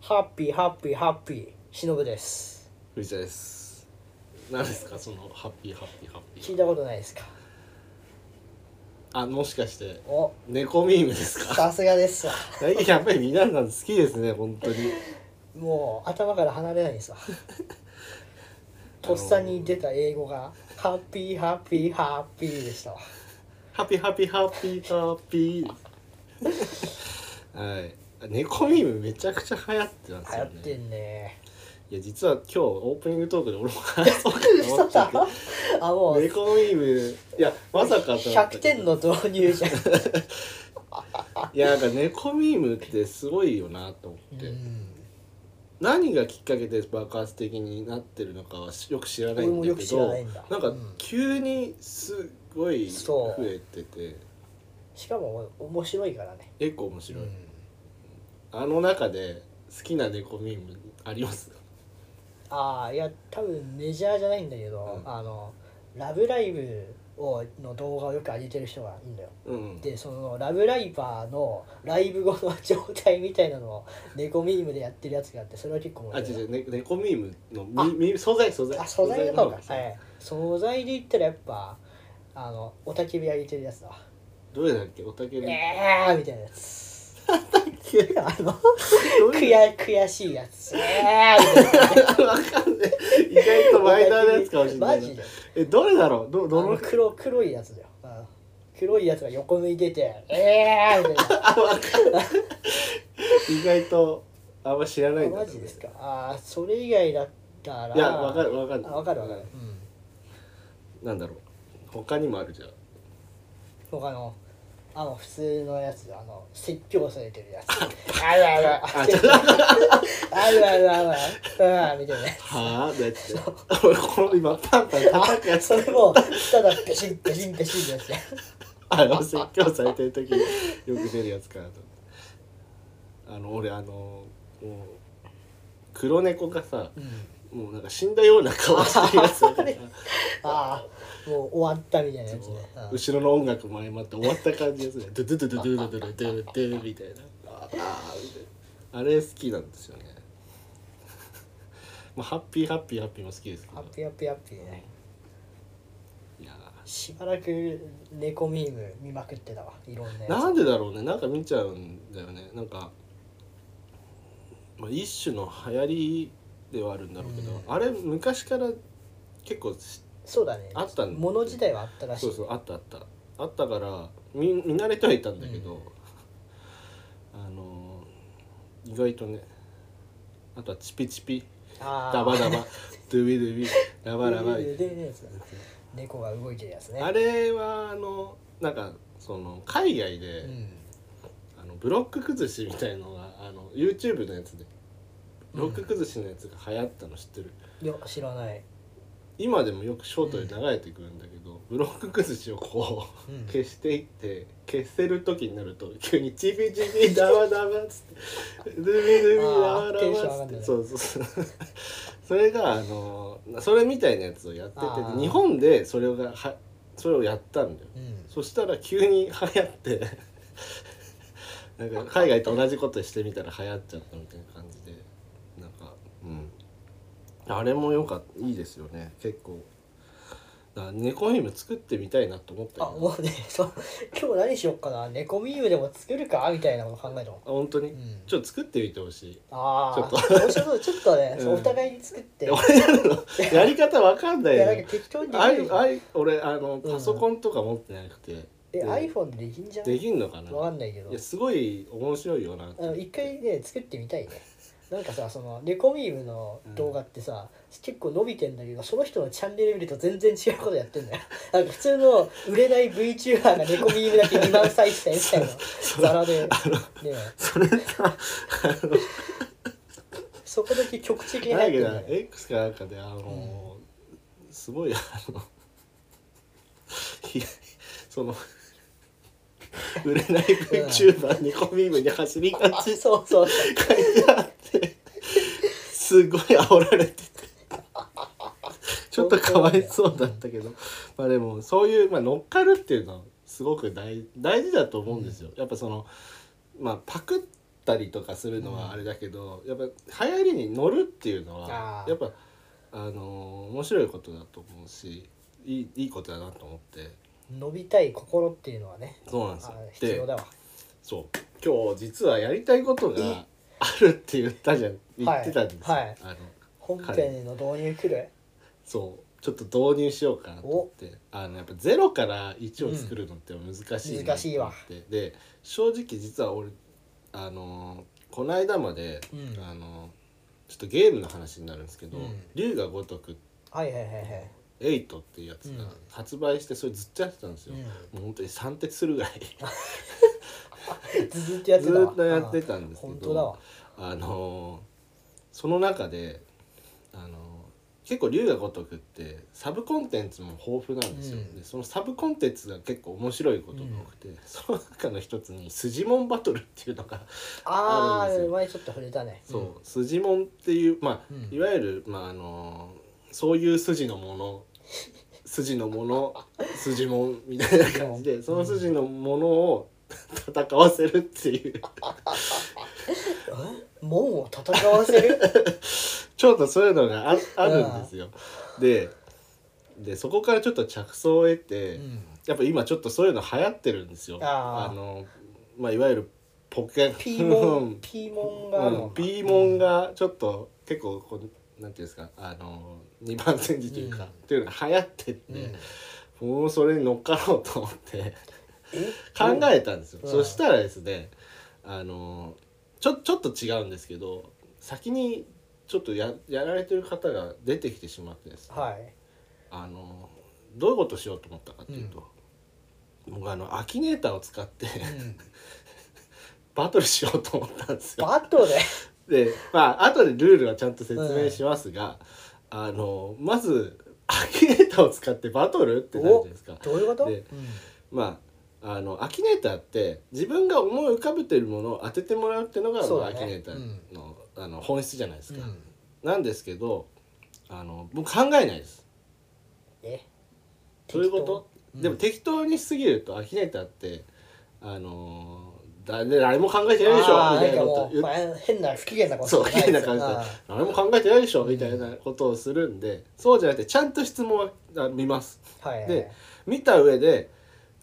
ハッピーハッピーハッピーしのぶです藤田です何ですかそのハッピーハッピーハッピ聞ーいたことないですかあもしかしてお猫ミームですかさすがですわ 最近やっぱり皆さん好きですね本当にもう頭から離れない ですわとっさに出た英語が「ハッピーハッピーハッピー」でしたわハッピーハッピーハッピーハッピ ーはい猫ミームめちゃくちゃ流行ってます流よ行っねてんねいや実は今日オープニングトークで俺も話そうかと思嘘ってただけど ろあもう猫ミームいやまさかと思った100けど点の導入じゃん、いやなんか猫ミームってすごいよなと思って、うん何がきっかけで爆発的になってるのかはよく知らない俺んもよだくけ知らどないんだなんかうん急にすごいそ増うえててしかも面白いからね、結構面白い、うんあの中で好きな猫ミームありますああいや多分メジャーじゃないんだけど、うんあの「ラブライブ!」をの動画をよく上げてる人がいいんだようんでその「ラブライバー」のライブ後の状態みたいなのを猫ミームでやってるやつがあってそれは結構面あ違う白いな違うね猫ミームのあみみ素材素材あ素材の方か素はい素材で言ったらやっぱあのおたけび上げてるやつだわどれだっけおたけ「びえー!」みたいなやつあのどうい悔う悔しいやつ「えー!」みたいなわかんない意外とマイナーなやつかもしれなマいジなでえどれだろうどあどのの黒黒いやつだよあ黒いやつが横向いてて「えー!」みたいな意外とあんま知らないあんだマジですかあーそれ以外だったらいやわかるわかるあわかるわかる、なんだろう他にもあるじゃん他のあの普通のやつあの説教されてるやつあるあるあるあるあるあるあるみたいなはあだって俺この今パンパン叩くやつそれもただペシンペシンペシンってやつであの説教されてる時によく出るやつかなとあの俺あのもう黒猫がさうんもうなんか死んだような顔してるやつだからああもう終わったみたいなやつねうん後ろの音楽も相まって終わった感じですねドゥドゥドゥドゥドゥドゥドゥドゥドゥドゥみたいなあーみたいなあれ好きなんですよねまあハッピーハッピーハッピーも好きですけハッどピーハッピーハッピーねいやーしばらく猫ミーム見まくってたわいろんなやつなんでだろうねなんか見ちゃうんだよねなんか、まあ、一種の流行りではあるんだろうけど、うんあれ昔から結構しそうだねあったんだもの自体はあったらしいそうそうあったあったあったから見見慣れてはいたんだけど、 あのー意外とねあとはチピチピあーダバダバ ドゥビドゥビダバダバでででやつだ猫が動いてるやつねあれはあのなんかその海外で、うんあのブロック崩しみたいのがあの YouTube のやつでブロック崩しのやつが流行ったの知ってる、いや知らない、今でもよくショートで流れてくるんだけど、ブロック崩しをこううん消していって消せる時になると急に「チビチビダバダバ」っつって「ズビズビダバあーテンション上ダバ」がんだっつってねそうそうそう それがあのそれみたいなやつをやっててあー日本でそれがはそれをやったんだようんそしたら急に流行って なんか海外と同じことしてみたら流行っちゃったみたいな感じでなんかうんあれもよかったいいですよね結構だから猫耳作ってみたいなと思ったあけどもうね そう今日何しよっかな猫ミームでも作るかみたいなこと考えたのあ本当に、うんちょっと作ってみてほしいああちょっ面白そうちょっとね、うんお互いに作ってい俺らのやり方わかんないやよなんねか適当にできあるいじゃんあい俺あのうんパソコンとか持ってなくて、えうん iPhone でできんじゃなでいきんのかなわかんないけどいやすごい面白いよなあの一回ね作ってみたいねなんかさそのレコミームの動画ってさ、結構伸びてんだけどその人のチャンネル見ると全然違うことやってんだよなんか普通の売れない VTuber がレコミームだけ2万再生みたいなザラで、ね、それさあのそこだけ局地的にな入っんてだんっだよけな X かなんかであの、すごいあの いやその売れない VTuber にコミームに走りがあちそうそう書いてあってすごい煽られて てちょっとかわいそうだったけどまあでもそういう、まあ、乗っかるっていうのはすごく大大事だと思うんですよ。やっぱそのまあパクっったりとかするのはあれだけど、やっぱ流行りに乗るっていうのはあーやっぱあのー面白いことだと思うしいいいいことだなと思って伸びたい心っていうのはねそうなんあです必よ要だでわそう今日実はやりたいことがあるって言ったじゃん言ってたんですよ、はいあの本編の導入くらいそうちょっと導入しようかなと思ってあのやっぱゼロから1を作るのって難しいな難しいわと思ってで正直実は俺あのーこの間まで、うんあのーちょっとゲームの話になるんですけどうん「龍が如くはいはいはいはい8」っていうやつうんが発売してそれずっとやってたんですよ、うんもう本当に三徹するぐらいずーっとやって ずたわーっとやってたんですけ本ど当だわあのーその中で、あのー結構龍が如くってサブコンテンツも豊富なんですよ、うんでそのサブコンテンツが結構面白いことが多くて、その中の一つに「筋モンバトル」っていうのが、ああるんでーすよ前ちょっと触れたねそう「筋モン」っていうまあ、うんいわゆる、まああのーそういう筋のもの筋のもの筋もんみたいな感じでその筋のものを戦わせるっていううん門を戦わせるちょっとそういうのがああるんですよ。ででそこからちょっと着想を得て、うんやっぱ今ちょっとそういうの流行ってるんですよ。あーのまあいわゆるポケピーモうンんピーモンがあるのうんピーモンがちょっと結構こうなんていうんですかあの二番煎じというか、うんっていうのが流行ってって、うんもうそれに乗っかろうと思って。え考えたんですよ、うんそしたらですねあのちょちょっと違うんですけど先にちょっとややられてる方が出てきてしまってですね、はいあのどういうことしようと思ったかっていうと、僕あのアキネーターを使ってうんバトルしようと思ったんですよ。バトででまあ後でルールはちゃんと説明しますが、あのまずアキネーターを使ってバトルってなるじゃないですか。どういうことでまああのアキネーターって自分が思い浮かべてるものを当ててもらうっていうのがそうまあだアねキネーターの,、あの本質じゃないですうんか、うんなんですけどあの僕考えないですえそういうこと、うんでも適当にしすぎるとアキネーターってあのーだ誰も考えてないでしょあみーないんたなかこともう言っまあ変な不機嫌なことそうじゃ変いでなす感じであ誰も考えてないでしょみたいなことをするんで、そうじゃなくてちゃんと質問はあ見ますーはいはいで見た上で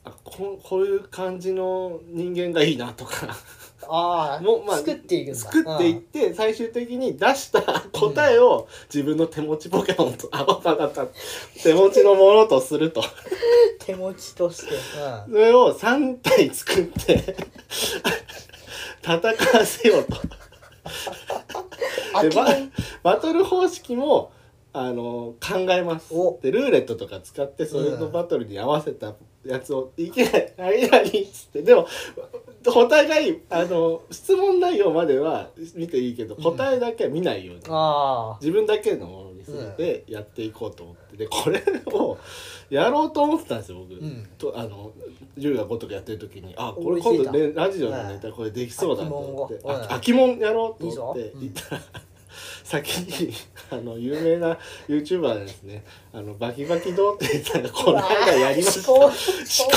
あここういう感じの人間がいいなとかああもうまあ作っていくんだ作っていって最終的に出した 答えを自分の手持ちポケモンと、あわかった手持ちのものとするとうん手持ちとしてそれを3体作って 戦わせようとあできババトル方式もあの考えますおでルーレットとか使ってそれのバトルに合わせたやつを「いけない間に」っつってでもお互いあの質問内容までは見ていいけどうん答えだけは見ないように、ああ自分だけのものにするでやっていこうと思ってでこれをやろうと思ってたんですよ僕。うんとあの龍が如くやってる時にあこ思れいつい今た度、ね、ラジオのネタこれできそうだと思ってはいあ空きもんやろうと思っいいてぞうん行ったら、 先にあの有名な YouTuber ですねあのバキバキ童貞さんがこの間やりました思思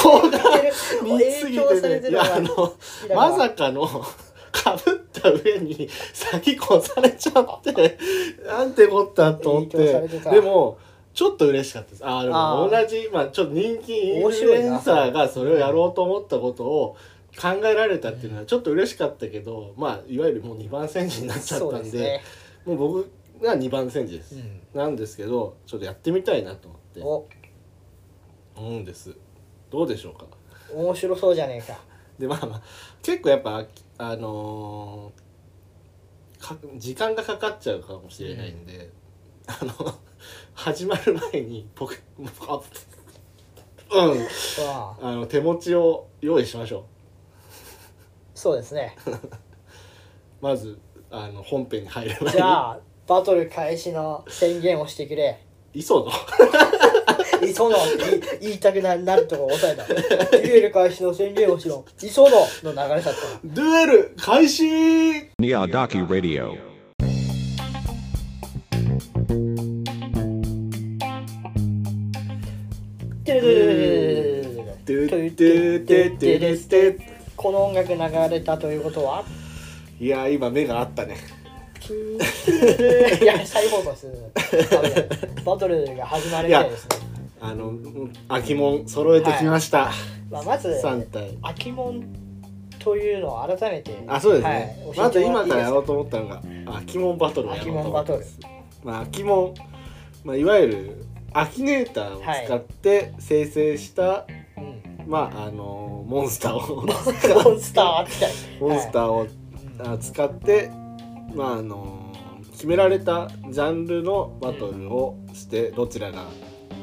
考考が似てるす影ぎ響さてれてねるいのやがあのきだからまさかの かぶった上に先越されちゃ ってなんてこったと思っ影響されててたでもちょっと嬉しかったですあーであもー同じまあちょっと人気イン面フル白いエなンサーがそれをやろうと思ったことを考えられたっていうのはちょっと嬉しかったけど、まあいわゆるもう2番煎じになっちゃったそうんでですねもう僕が2番煎じです、うんなんですけどちょっとやってみたいなと思おって思うんですどうでしょうか面白そうじゃねえかでまあまあ結構やっぱあのーか時間がかかっちゃうかもしれないんで、あの始まる前に僕あううんわああの手持ちを用意しましょそうですねうまずあの本編に入る前じにゃあバトル開始の宣言をしてくれ磯野磯野って言い言いたくななるとこ抑えたデュエル開始の宣言をしろ磯野の流れだったデュエル開始 Niyadaki Radio. ドゥドゥドゥドゥドゥドゥこの音楽流れたということはいやー今目があったねキュー いや再放送するダメだバトルが始まるみたいですね、あの秋も揃えてきました、まあ、まず3体秋門というのを改めてあそうですね、はいまず今からやろ教うと思ったのが秋もんバトルをやろうと思ったんです秋まあ秋もん、まあ、いわゆるアキネーターを使って生成した、えていいですかまああのモンスター をうんモンスターはあったりモンスターをあ使ってまああの決められたジャンルのバトルをしてどちらが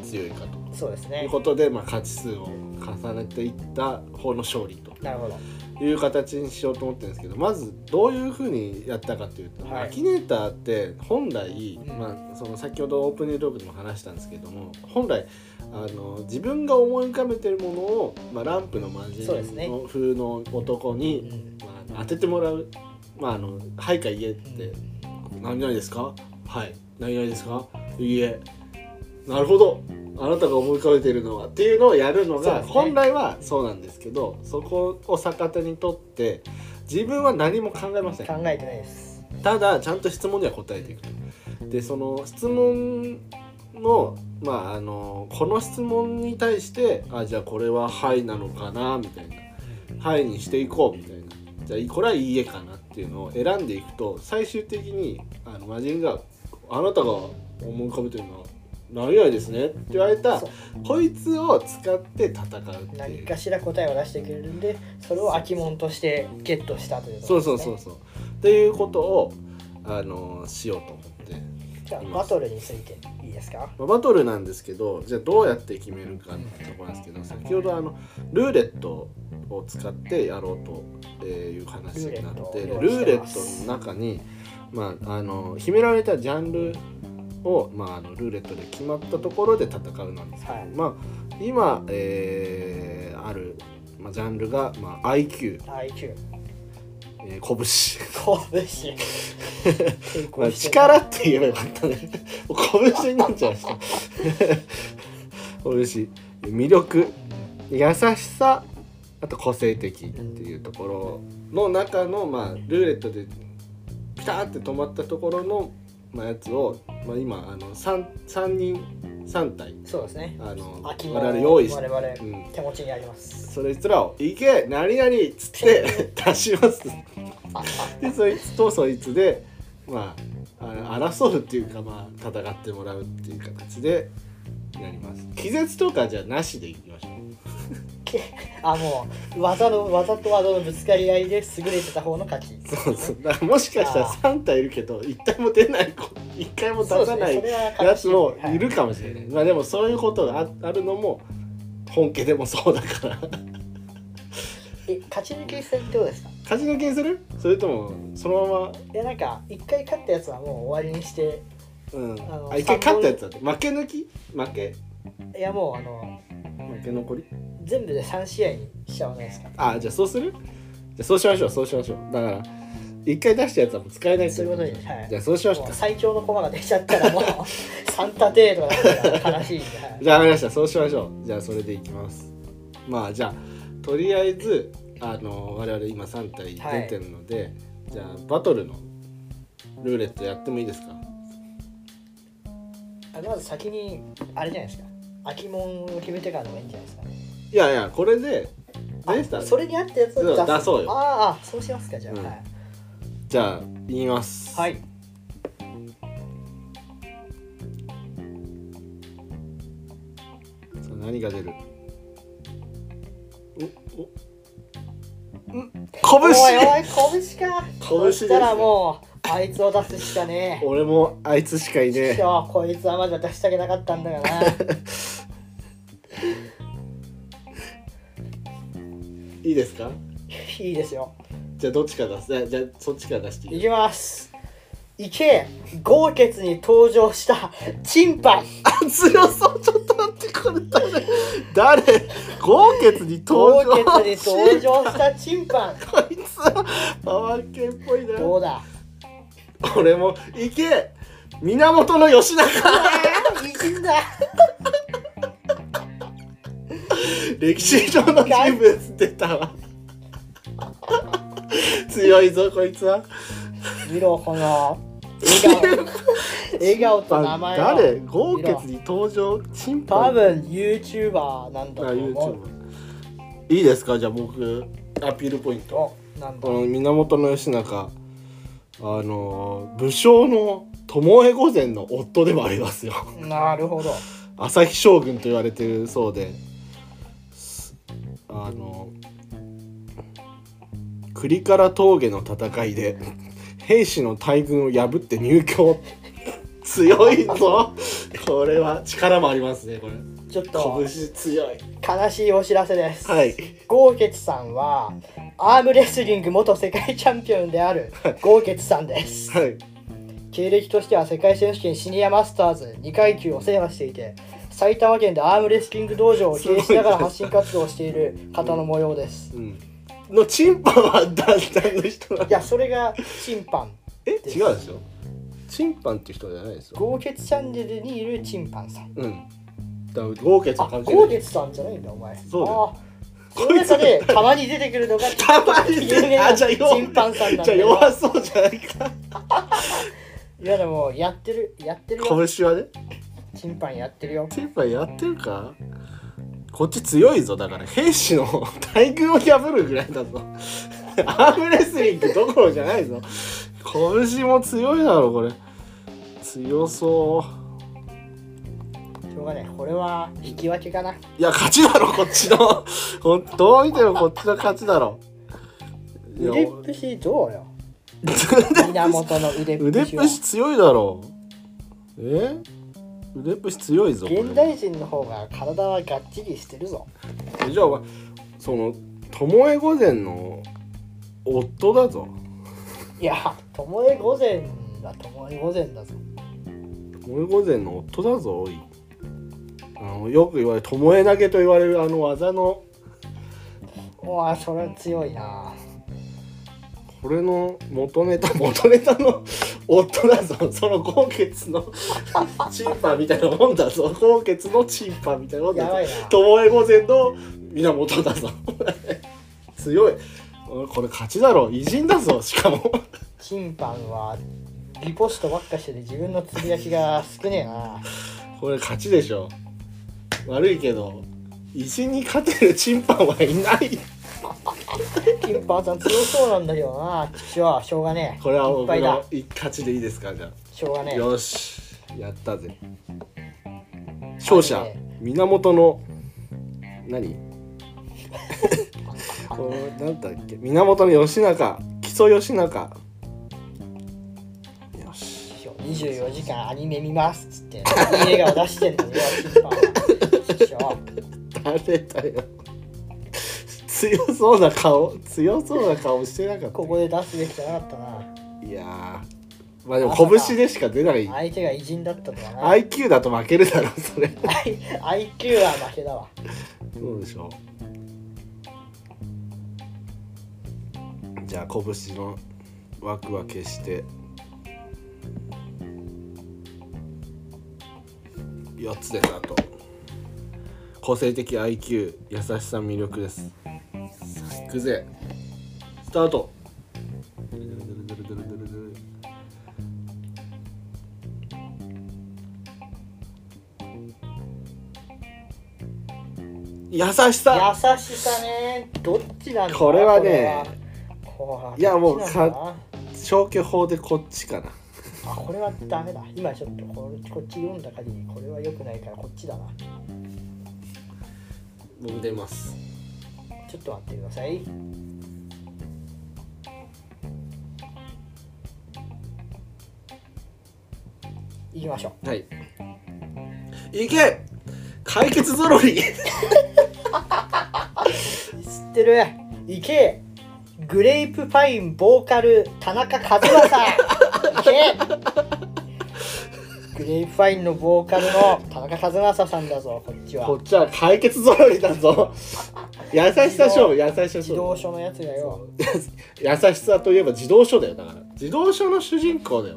強いかとそうですいうねことで、まあ、勝ち数を重ねていった方の勝利となるほどいう形にしようと思ってるんですけどまずどういうふうにやったかというと、はいアキネーターって本来、うんまあ、その先ほどオープニングトークでも話したんですけども本来あの自分が思い浮かべてるものを、まあ、ランプの魔人そうですねの風の男に、うんまあ、当ててもらう「まあ、あのはいか言え」って「何々ですかはい何々ですかいいえなるほどあなたが思い浮かべているのは」っていうのをやるのそうが、ですね本来はそうなんですけどそこを逆手にとって自分は何も考えません考えてないですただちゃんと質問には答えていくとでその質問のまああのこの質問に対してあじゃあこれは「はい」なのかなみたいなはいにしていこうみたいなじゃあこれはいいえかなっていうのを選んでいくと最終的にあの魔人が「あなたが思い浮かべてるのは何々ですね」って言われたそうこいつを使って戦うってい何うかしら答えを出してくれるんでそれを秋門としてゲットしたということそうです、そね、うそうそうっていうことをあのしようと思って、じゃあバトルについていいですかまあバトルなんですけどじゃあどうやって決めるかってところなんですけど先ほどあのルーレットを使ってやろうとえーいう話になってルールレットを用ー意してレますットの中に、まあ、あの決められたジャンルを、まあ、あのルーレットで決まったところで戦うなんですけど、はいまあ、今、えーある、まあ、ジャンルが、まあ、IQ、 IQ え拳抵ー、拳。まあ、抗してる力って言えばよかったねもう拳になっちゃいました拳魅力優しさあと個性的っていうところの中の、まあ、ルーレットでピタって止まったところの、まあ、やつを、まあ、今あの 3, 三人3体そうですねあの我秋門々用意し我て、々うん、手持ちにありますそれつらを「いけ何々」っつって 出します。あ でそいつとそいつでまああ争うっていうかまあ戦ってもらうっていう形でやります気絶とかじゃなしでいきましょうあもう技の技と技のぶつかり合いで優れてた方の勝ちそうそうだからもしかしたらあー3体いるけど1体も出ない子1回も出さないそうですねそれは勝ちやつもいるかもしれない、まあでもそういうことがああるのも本家でもそうだ から はいえ勝ち抜き戦ってことですか勝ち抜きにするそれともそのいやなんか一回勝ったやつはもう終わりにしてままうあのんあ一回勝ったやつだって負け抜き負けいやもうあの負け残り全部で3試合にしちゃわないですかあじゃあそうするじゃあそうしましょうそうしましょうだから一回出したやつはもう使えないそういうことにはいじゃあそうしましょうもうか最強の駒が出ちゃったらもう 3タテーとかだったら悲しいんで、はいじゃあ分かりましたそうしましょうじゃあそれでいきますまあじゃあとりあえずあの我々今3体出てるので、じゃあバトルのルーレットやってもいいですかあまず先にあれじゃないですか秋門を決めてからの方がいいんじゃないですかねいやいやこれで出したあそれに合ったやつを出すそう出そうよああそうしますかじゃあ、うんはいじゃあ言いますはいさあ何が出るおおうんおい拳おい拳か拳ですそしたらもうあいつを出すしかね俺もあいつしかいねええ今日こいつはまだ出したくなかったんだ からないいですかいいですよじゃあどっちから出すじゃあじゃあそっちから出していいいきますいけ豪傑に登場したチンパンあ強そうちょっと待ってこれ誰誰豪傑に豪登傑場に登場したチン パンこいつはパワー系っぽいなどう だ俺も行け源の義 仲いいんだ 歴史上の人物出たわ強いぞこいつは見ろこ の笑顔笑顔と名前を誰豪傑に登場チンパ多ン分 YouTuber なんだあと思う YouTube いいですかじゃあ僕アピールポイントおなんだこの源義仲あの武将の巴御前の夫でもありますよなるほど朝日将軍と言われてるそうですあの栗から峠の戦いで兵士の大軍を破って入京強いぞこれは力もありますねこれちょっと拳強い悲しいお知らせです、はい豪傑さんはアームレスリング元世界チャンピオンである豪傑さんですはい経歴としては世界選手権シニアマスターズ2階級を制覇していて埼玉県でアームレスリング道場を経営しながら発信活動をしている方の模様ですうんのチンパは団体の人なんいやそれがチンパンえ違うでしょチンパンって人じゃないですよ豪傑チャンネルにいるチンパンさんうんだから豪傑あは関係な豪い傑さんじゃないんだお前そうだよあーその中でたまに出てくるのがたまに有名ねなあチじゃあ弱ンパンさんなんだじゃあけど弱そうじゃないかいやでもやってるやってるよ拳はねチンパンやってるよチンパンやってるかこっち強いぞだから兵士の大軍を破るぐらいだぞアームレスリングどころじゃないぞ拳も強いだろこれ強そしょうがないこれは引き分けかなういや勝ちだろこっちのほんどう見てもこっちの勝ちだろいや腕っぷしどうよ源の腕っぷ腕っしはぷし強いだろうえ腕っぷし強いぞこれ現代人の方が体はがっちりしてるぞえじゃあお前その巴御前の夫だぞいや巴御前は巴御前だぞ巴御前の夫だぞおいあのよく言われる巴投げと言われるあの技のうわそれは強いなこれの元ネタ 元ネタの夫だぞその豪傑のチンパみたいなもんだぞ豪傑のチンパみたいなもんだやぞばいな巴御前の源だぞ 強いおこれ勝ちだろ偉人だぞしかもチンパンはリポストばっかしてて自分のつぶやきが少ねえなこれ勝ちでしょ悪いけど偉人に勝てるチンパンはいないチンパンさん強そうなんだけどなちくしょうしょうがねこれえいはっぱ僕いだの勝ちでいいですかじゃしょうがあねえよしやったぜ勝者源の 何こうなんだっけ源の義仲木曽義仲よし24時間アニメ見ますっつっていい笑顔出してんのよチンパンはちくしょう 誰だよ強そうな顔強そうな顔してなかっここで出すべきじゃなかったなたいやーまあでも拳でしか出ない相手が偉人だったとかな IQ だと負けるだろそれ IQ は負けだわそうでしょじゃあ拳の枠は消して4つですあと個性的 IQ 優しさ魅力ですいくぜスタート優しさ優しさねどっちなんだこれはねこれはこれはいやもうどっちなんだな消去法でこっちかなあこれはダメだ今ちょっとこれこっち読んだ限りこれは良くないからこっちだな僕出ますちょっと待ってください行きましょはいいけ解決ぞろりう知ってる行けグレープファインボーカル田中和正行けグレープファインのボーカルの田中和正さんだぞこっちは こっちは解決ぞろりだぞ 優しさ勝負優しさ勝自負動書のやつがよ優しさといえば自動書だよだから自動書の主人公だよ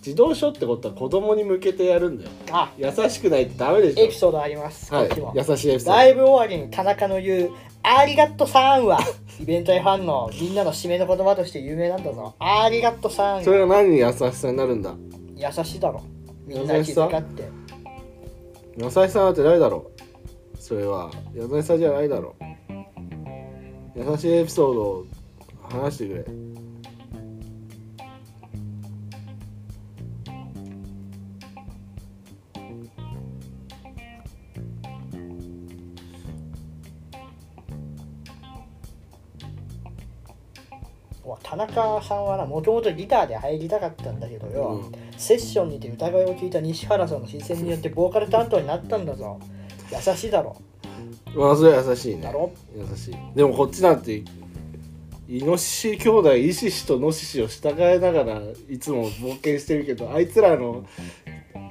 児童書ってことは子供に向けてやるんだよあ優しくないってダメでしょエピソードあります、はこっちもい優しいエピソラーイブ終わりに田中の言う「ありがとさん」はイベントやファンのみんなの締めの言葉として有名なんだぞ「ありがとさんド」それは何に優しさになるんだ優しいだろみんな気遣って優しさなんてないだろうそれは優しさじゃないだろう優しいエピソードを話してくれうわ田中さんはなもともとギターで入りたかったんだけどよ、うんセッションにて歌声を聞いた西原さんの推薦によってボーカル担当になったんだぞ優しいだろまあそれは優しいねだろ優しいでもこっちなんてイノシシ兄弟イシシとノシシを従えながらいつも冒険してるけどあいつらの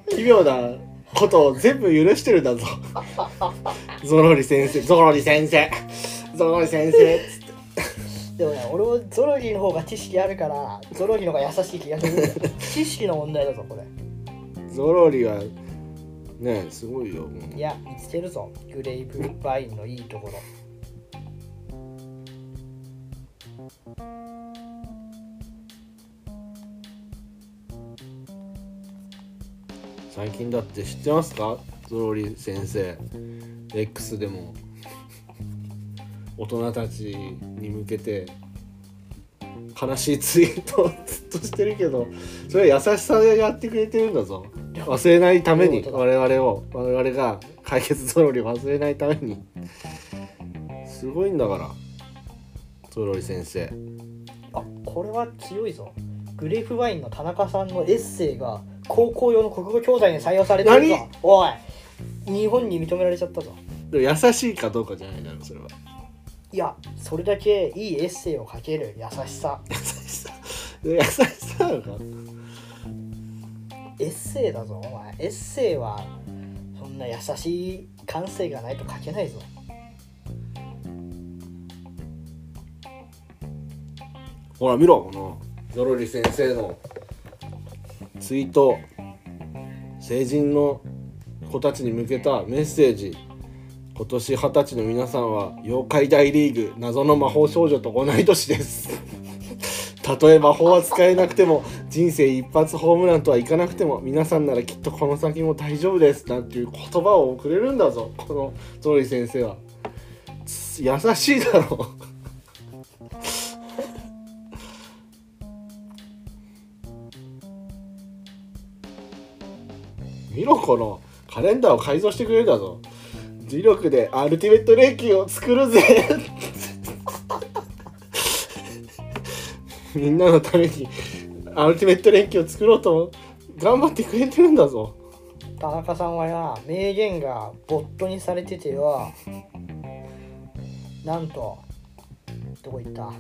奇妙なことを全部許してるんだぞゾロリ先生ゾロリ先生ゾロリ先生つってでもね俺もゾロギの方が知識あるからゾロギの方が優しい気がするんだよ 知識の問題だぞこれゾロリはねえすごいよもういや見つけるぞグレイブバインのいいところ最近だって知ってますかゾロリ先生 X でも大人たちに向けて悲しいツイートを ずっとしてるけどそれは優しさでやってくれてるんだぞ忘れないためにどういうこ我々を我々が解決ゾロリを忘れないためにすごいんだからゾロリ先生あこれは強いぞグレープワインの田中さんのエッセイが高校用の国語教材に採用されてるぞ何おい日本に認められちゃったぞでも優しいかどうかじゃないだろうそれはい やそれだけいいエッセイを書ける優しさ優しさ優しさなのかエッセイだぞお前エッセイはそんな優しい感性がないと書けないぞほら見ろこのゾロリ先生のツイート成人の子たちに向けたメッセージ今年二十歳の皆さんは妖怪大リーグ謎の魔法少女と同い年ですたとえ魔法は使えなくても人生一発ホームランとはいかなくても皆さんならきっとこの先も大丈夫ですなんていう言葉をくれるんだぞこのゾロリ先生はつ優しいだろう見ろこのカレンダーを改造してくれるだぞ磁力でアルティメットレーキを作るぜ みんなのためにアルティメットレーキを作ろうと頑張ってくれてるんだぞ田中さんはな名言がボットにされててよなんとどこ行った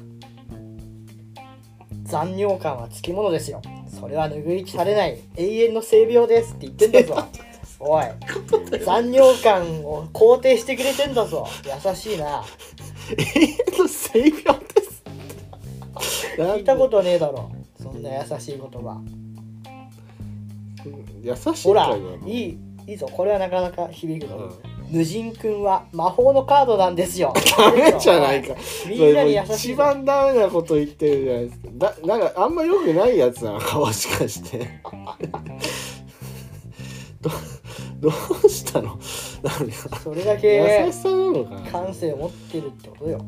残尿感はつきものですよそれは拭いきされない永遠の性病ですって言ってんだ ぞおい残尿感を肯定してくれてんだぞ優しいな永遠の性病です聞いたことねえだろそんな優しい言葉優しいほかららないいいいぞこれはなかなか響くぞ、うん無人くんは魔法のカードなんですよ。ダメじゃないかみんなに優それもうしい一ぞ。番ダメなこと言ってるじゃないですかだなんかあんま良くないやつなのかもしかして どどうしたのなんかそれだ優けしさなのかな感性を持ってるってことよ。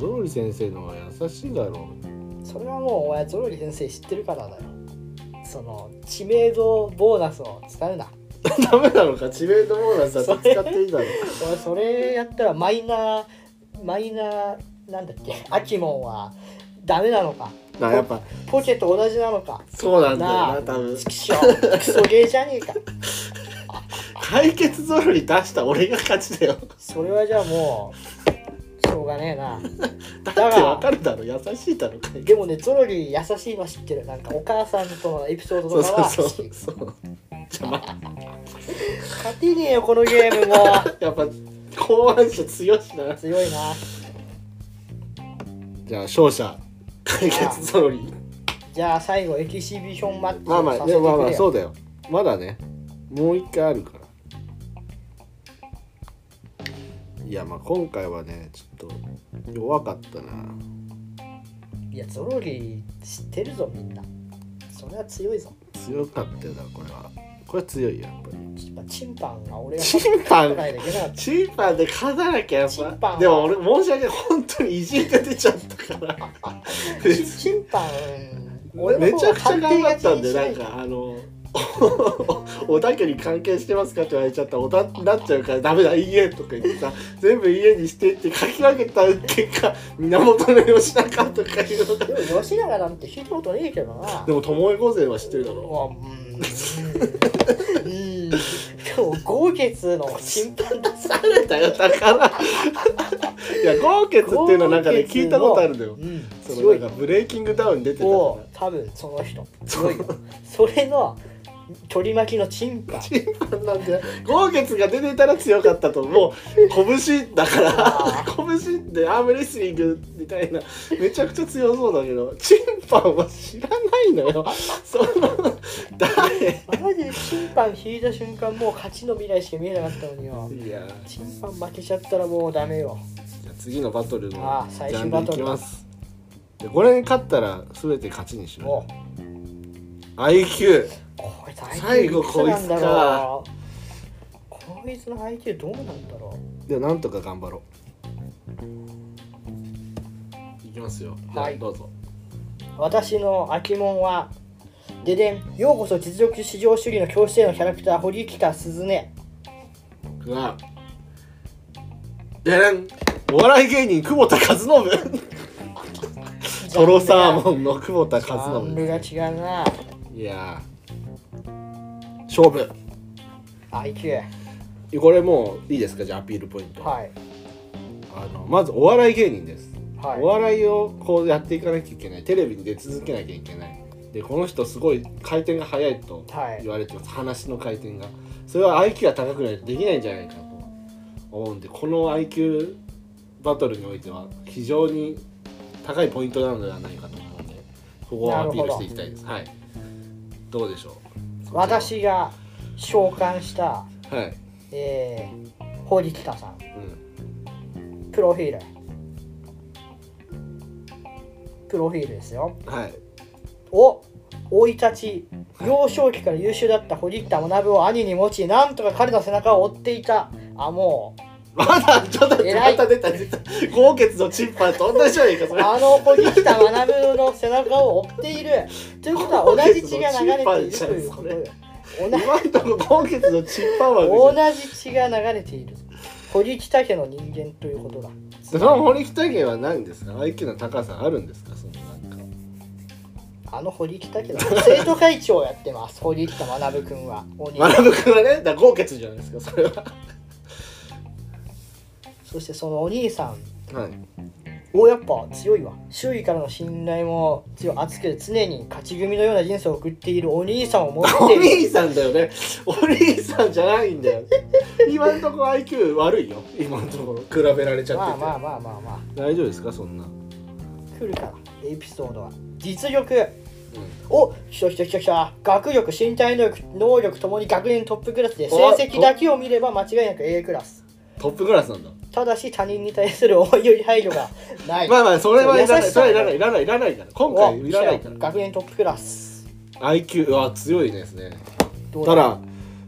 ゾロリ先生の方が優しいだろそれはもうお前ゾロリ先生知ってるからだよ。その知名度ボーナスを使うな。う ダメなのか知名度ボーナスだって使っていいだろうお前それやったらマイナーマイナーなんだっけアキモンはダメなのか。だからやっぱポケと同じなのか。そうなんだよななあ多分チキショクソゲーじゃねえか。解決ゾロリ出した俺が勝ちだよそれはじゃあもうしょうがねえな。だってわかるだろ優しいだろ解決でもねゾロリ優しいのは知ってるなんかお母さんとのエピソードそとうかそうはそう知ってるそう邪魔勝てねえよこのゲームもやっぱ考案者強しな強いなじゃあ勝者解決ぞろりじゃあ最後エキシビションマッチまあまあさせてくれよでもまあまあそうだよまだねもう一回あるからいやまあ今回はねちょっと弱かったないやゾロリ知ってるぞみんなそれは強いぞ強かったよだこれはこれ強いよやっぱりちょっとチンパンが俺がチンパ勝ンたないといけなかったチンパンで勝たなきゃやっチンパンぱはでも俺申し訳ない本当に意地が出ちゃったからチンチンパン俺のめ方ちゃがくちゃ判頑定張っ勝ちたんにでしななんいかあの おたけに関係してますかって言われちゃったらおたになっちゃうからダメだ家とか言ってさ全部家にしてって書き分けた結果源義仲とかいうのがでも吉永なんて聞いたことねえけどな でも巴御前は知ってるだろうわうんうんでも豪傑の審判ださ誰だよだからいや豪傑っていうのなんかね豪傑の聞いたことあるんだようん その強いなんかブレイキングダウンに出てたおか多分その人強いよそれの取り巻きのチンパンらなんで豪傑が出てたら強かったと思う拳だからあ拳でアームレスリングみたいなめちゃくちゃ強そうだけどチンパンは知らないのよその誰マジでチンパン引いた瞬間もう勝ちの未来しか見えなかったのによいやチンパン負けちゃったらもうダメよじゃあ次のバトルのジあー最ャ終ンルバいトきルだますでこれに勝ったら全て勝ちにしおよう IQ こいつ IQ 最後こいつかつなんだろうこいつの IQ どうなんだろではなんとか頑張ろういきますよじゃあはいどうぞう私の秋門はででんようこそ実力至上主義の教師へのキャラクター堀北鈴音僕はでれんお笑い芸人久保田和伸トロサーモンの久保田ジ和ャン伸ルが違うないやー勝負 IQ これもういいですかじゃあアピールポイント、はいあのまずお笑い芸人です、はいお笑いをこうやっていかなきゃいけないテレビに出続けなきゃいけないでこの人すごい回転が速いとはい言われてます、話の回転がそれは IQ が高くないとできないんじゃないかと思うんでこの IQ バトルにおいては非常に高いポイントなのではないかと思うのでここをアピールしていきたいですはいどうでしょう私が召喚した、はい、えー、堀北さんうん、プロフィールプロフィールですよはいを生い立ち幼少期から優秀だった堀北学を兄に持ちなんとか彼の背中を追っていたあもまだちょっと待って偉まいた出た出た豪傑のチンパンと同じじゃないかそうれあの堀北学の背中を追っているということは同じ血が流れているということよ同じ今んとこ豪傑のチンパン同はじ血が流れている堀北家の人間ということだその堀北家は何ですか IQ の高さあるんですかそのなんかあの堀北家の生徒会長をやってます堀北学君は鬼学ぶ君はねだから豪傑じゃないですかそれはそしてそのお兄さんはいおやっぱ強いわ周囲からの信頼も強い熱くて常に勝ち組のような人生を送っているお兄さんを持おっている兄さんだよねお兄さんじゃないんだよ今んとこ IQ 悪いよ今んとこ比べられちゃってて、まあまあまあまあま大丈夫ですかそんな、あ来るからエピソードは実力お来た来た来た来た学力身体能力能力ともに学年トップクラスで成お績だけを見れば間違いなく A クラストップクラスなんだただし他人に対する思いより配慮がないまあまあそれはいら優ないしそされはいらないいらないいらないから今お回いらない来かたよら学年トップクラス IQ は強いですねどうただだ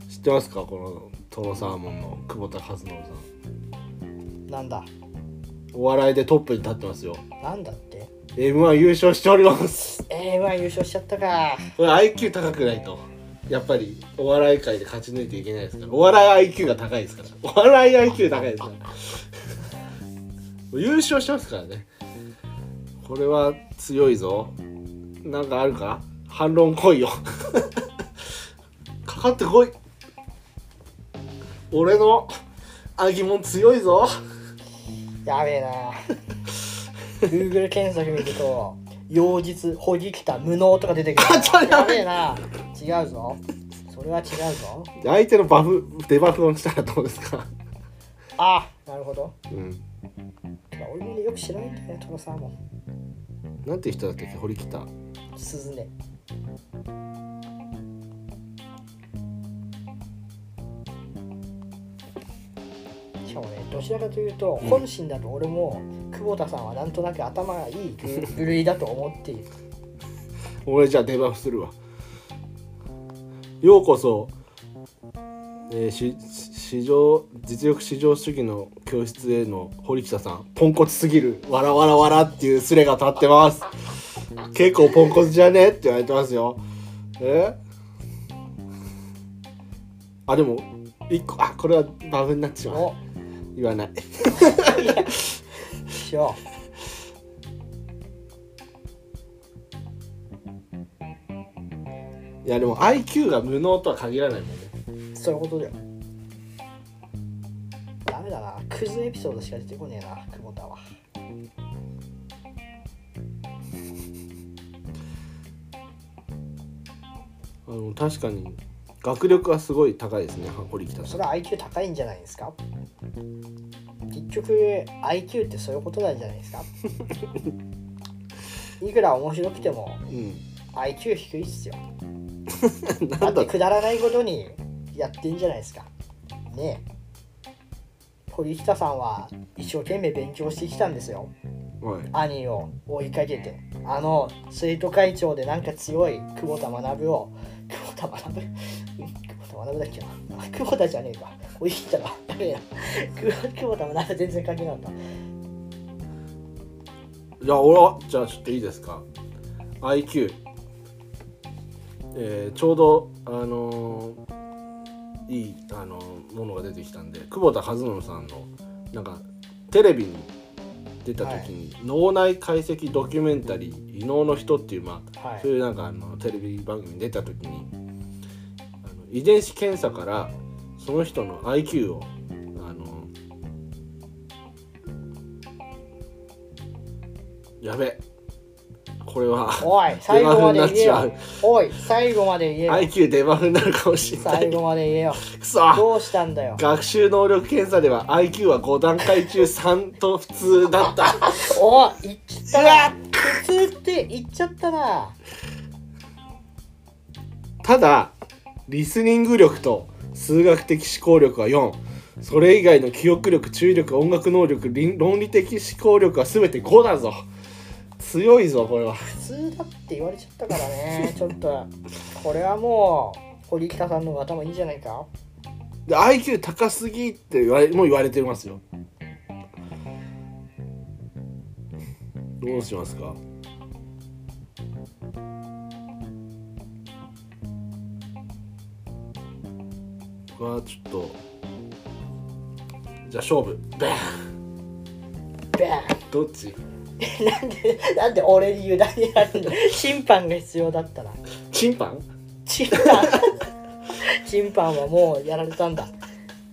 知ってますかこのトロサーモンの久保田和伸さんなんだお笑いでトップに立ってますよなんだって m 1優勝しておりますえー、まあ優勝しちゃったかこれ IQ 高くないとやっぱりお笑い界で勝ち抜いていけないですからお笑い IQ が高いですからお笑い IQ 高いですから優勝してますからねこれは強いぞなんかあるか反論来いよかかってこい俺のアギモン強いぞやべえな Google 検索見ると妖術堀北無能とか出てくるちょややべべえな違うぞそれは違うぞ相手のバフデバフをしたらどうですかあなるほどうんてか俺もねよく知らないんだよねトロサーモンなんていう人だったっけ堀北鈴音しかもねどちらかというとうん本心だと俺も久保田さんはなんとなく頭がいい部類だと思っている俺じゃあ出番するわようこそ、えーし市場実力至上主義の教室への堀北さんポンコツすぎるわらわらわらっていうスレが立ってます結構ポンコツじゃねって言われてますよえあでも一個あこれはバブになってしまうの言わないしよいやでも IQ が無能とは限らないもんねうそういうことだよダメだなクズエピソードしか出てこねえな久保田はあの確かに学力はすごい高いですね堀北さそんれは IQ 高いんじゃないですか結局 IQ ってそういうことなんじゃない ですかいくら面白くてもう IQ 低いっすよん、 なだんってだくだらないことにやってんじゃないですかねえ堀北さんは一生懸命勉強してきたんですよはい兄を追いかけてあの生徒会長でなんか強い久保田学を久保田学 うん久保田学だっけな あ久保田じゃねえか追い切ったなやべえな 久保久保田学全然関係なかったじゃあ俺はじゃあちょっといいですか IQ、えーちょうどあのーいい、あのーものが出てきたんで久保田和則さんのなんかテレビに出た時に「脳内解析ドキュメンタリー異能の人」っていうまあはいそういうなんかあのテレビ番組に出た時にあの遺伝子検査からその人の IQ をあのやべこれはお い最後まで言え出番によなっおい最後まで言えよ IQ デバフになるかもしれな最い後まで言えよくそどうしたんだよ学習能力検査では IQ は5段階中3と普通だったおい言っちゃったな普通って言っちゃったなただリスニング力と数学的思考力は4それ以外の記憶力注意力音楽能力倫論理的思考力は全て5だぞ強いぞこれは普通だって言われちゃったからねちょっとこれはもう堀北さんの方が頭いいんじゃないかで IQ 高すぎって言われもう言われてますよどうしますか僕はちょっとじゃあ勝負 バーンベーどっちンなんで なんで俺に委ねられる の審判が必要だったらチンパン審判審判はもうやられたんだ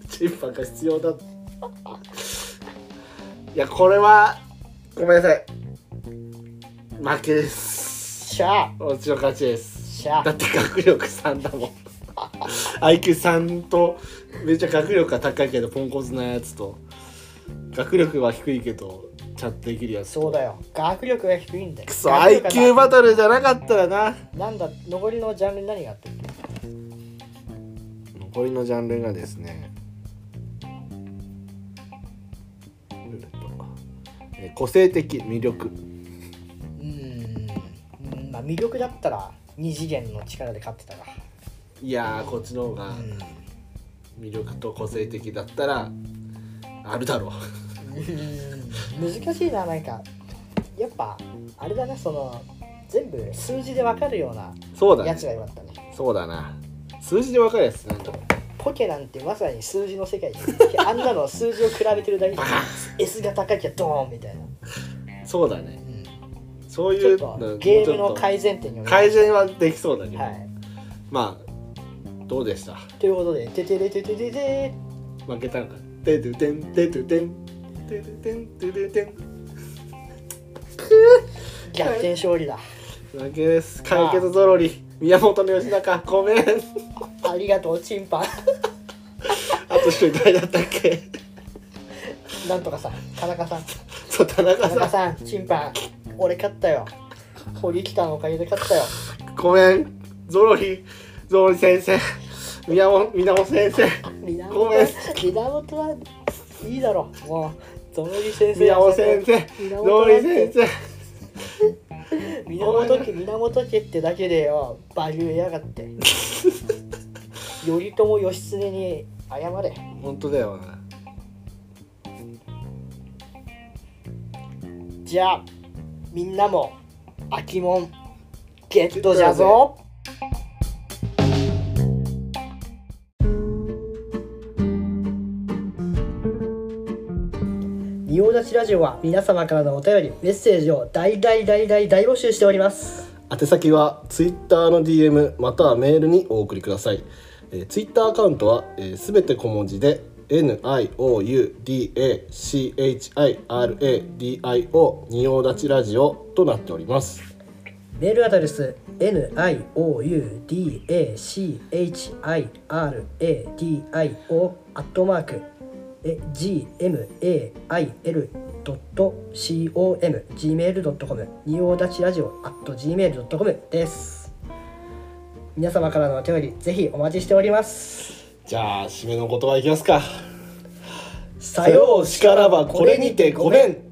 チンパンが必要だ いやこれはごめんなさい負けですしゃあおうちの勝ちですしゃあだって学力3だもん IQ3 とめっちゃ学力が高いけどポンコツなやつと学力は低いけどちゃんとできるやつそうだよ学力が低いんだよくそ学力が IQ バトルじゃなかったらななんだ残りのジャンルに何があったっけ残りのジャンルがですねルーレットえー個性的魅力うーんうんまあ魅力だったら二次元の力で勝ってたらいやーこっちの方がうん魅力と個性的だったらあるだろう難しいななんかやっぱあれだねその全部数字で分かるようなそうだやねつがよかったねそうだな数字で分かるやつなんだろうポケなんてまさに数字の世界じゃんあんなの数字を比べてるだけで S が高きゃドーンみたいな、そうだねうんそうちいょっうとのゲームものうちょっ改善点にとお願い改し善はできそうだけますど、はいまあどうでしたということで「ててれてててて負けたのかてててんてててんてててんてててん逆転勝利だ負けです解決ぞろり宮本の吉中ごめんあありがとうチンパ ンと一人誰だったっけなんとかさん田中さんそう田中田中さんさんチンパン俺勝ったよ堀北のおかげで勝ったよごめんゾロリゾロリ先生宮本源先生源ごめん源はいいだろもうゾロリ先生宮本先生ゾロリ先生源家源家ってだけでよバリューやがって頼朝義経に謝れ本当だよなじゃあみんなも秋もんゲットじゃぞ仁王立ちラジオは皆様からのお便りメッセージを大大大大大募集しております宛先は Twitter の DM またはメールにお送りください、えー、Twitter アカウントはすべ、全て小文字で NIOUDACHIRADIO 仁王立ちラジオとなっておりますメールアドレス NIOUDACHIRADIO アットマーク gmail.com gmail.com におだちラジオ at gmail.com です皆様からのお便りぜひお待ちしておりますじゃあ締めの言葉いきますかささようしからばこれにてごめん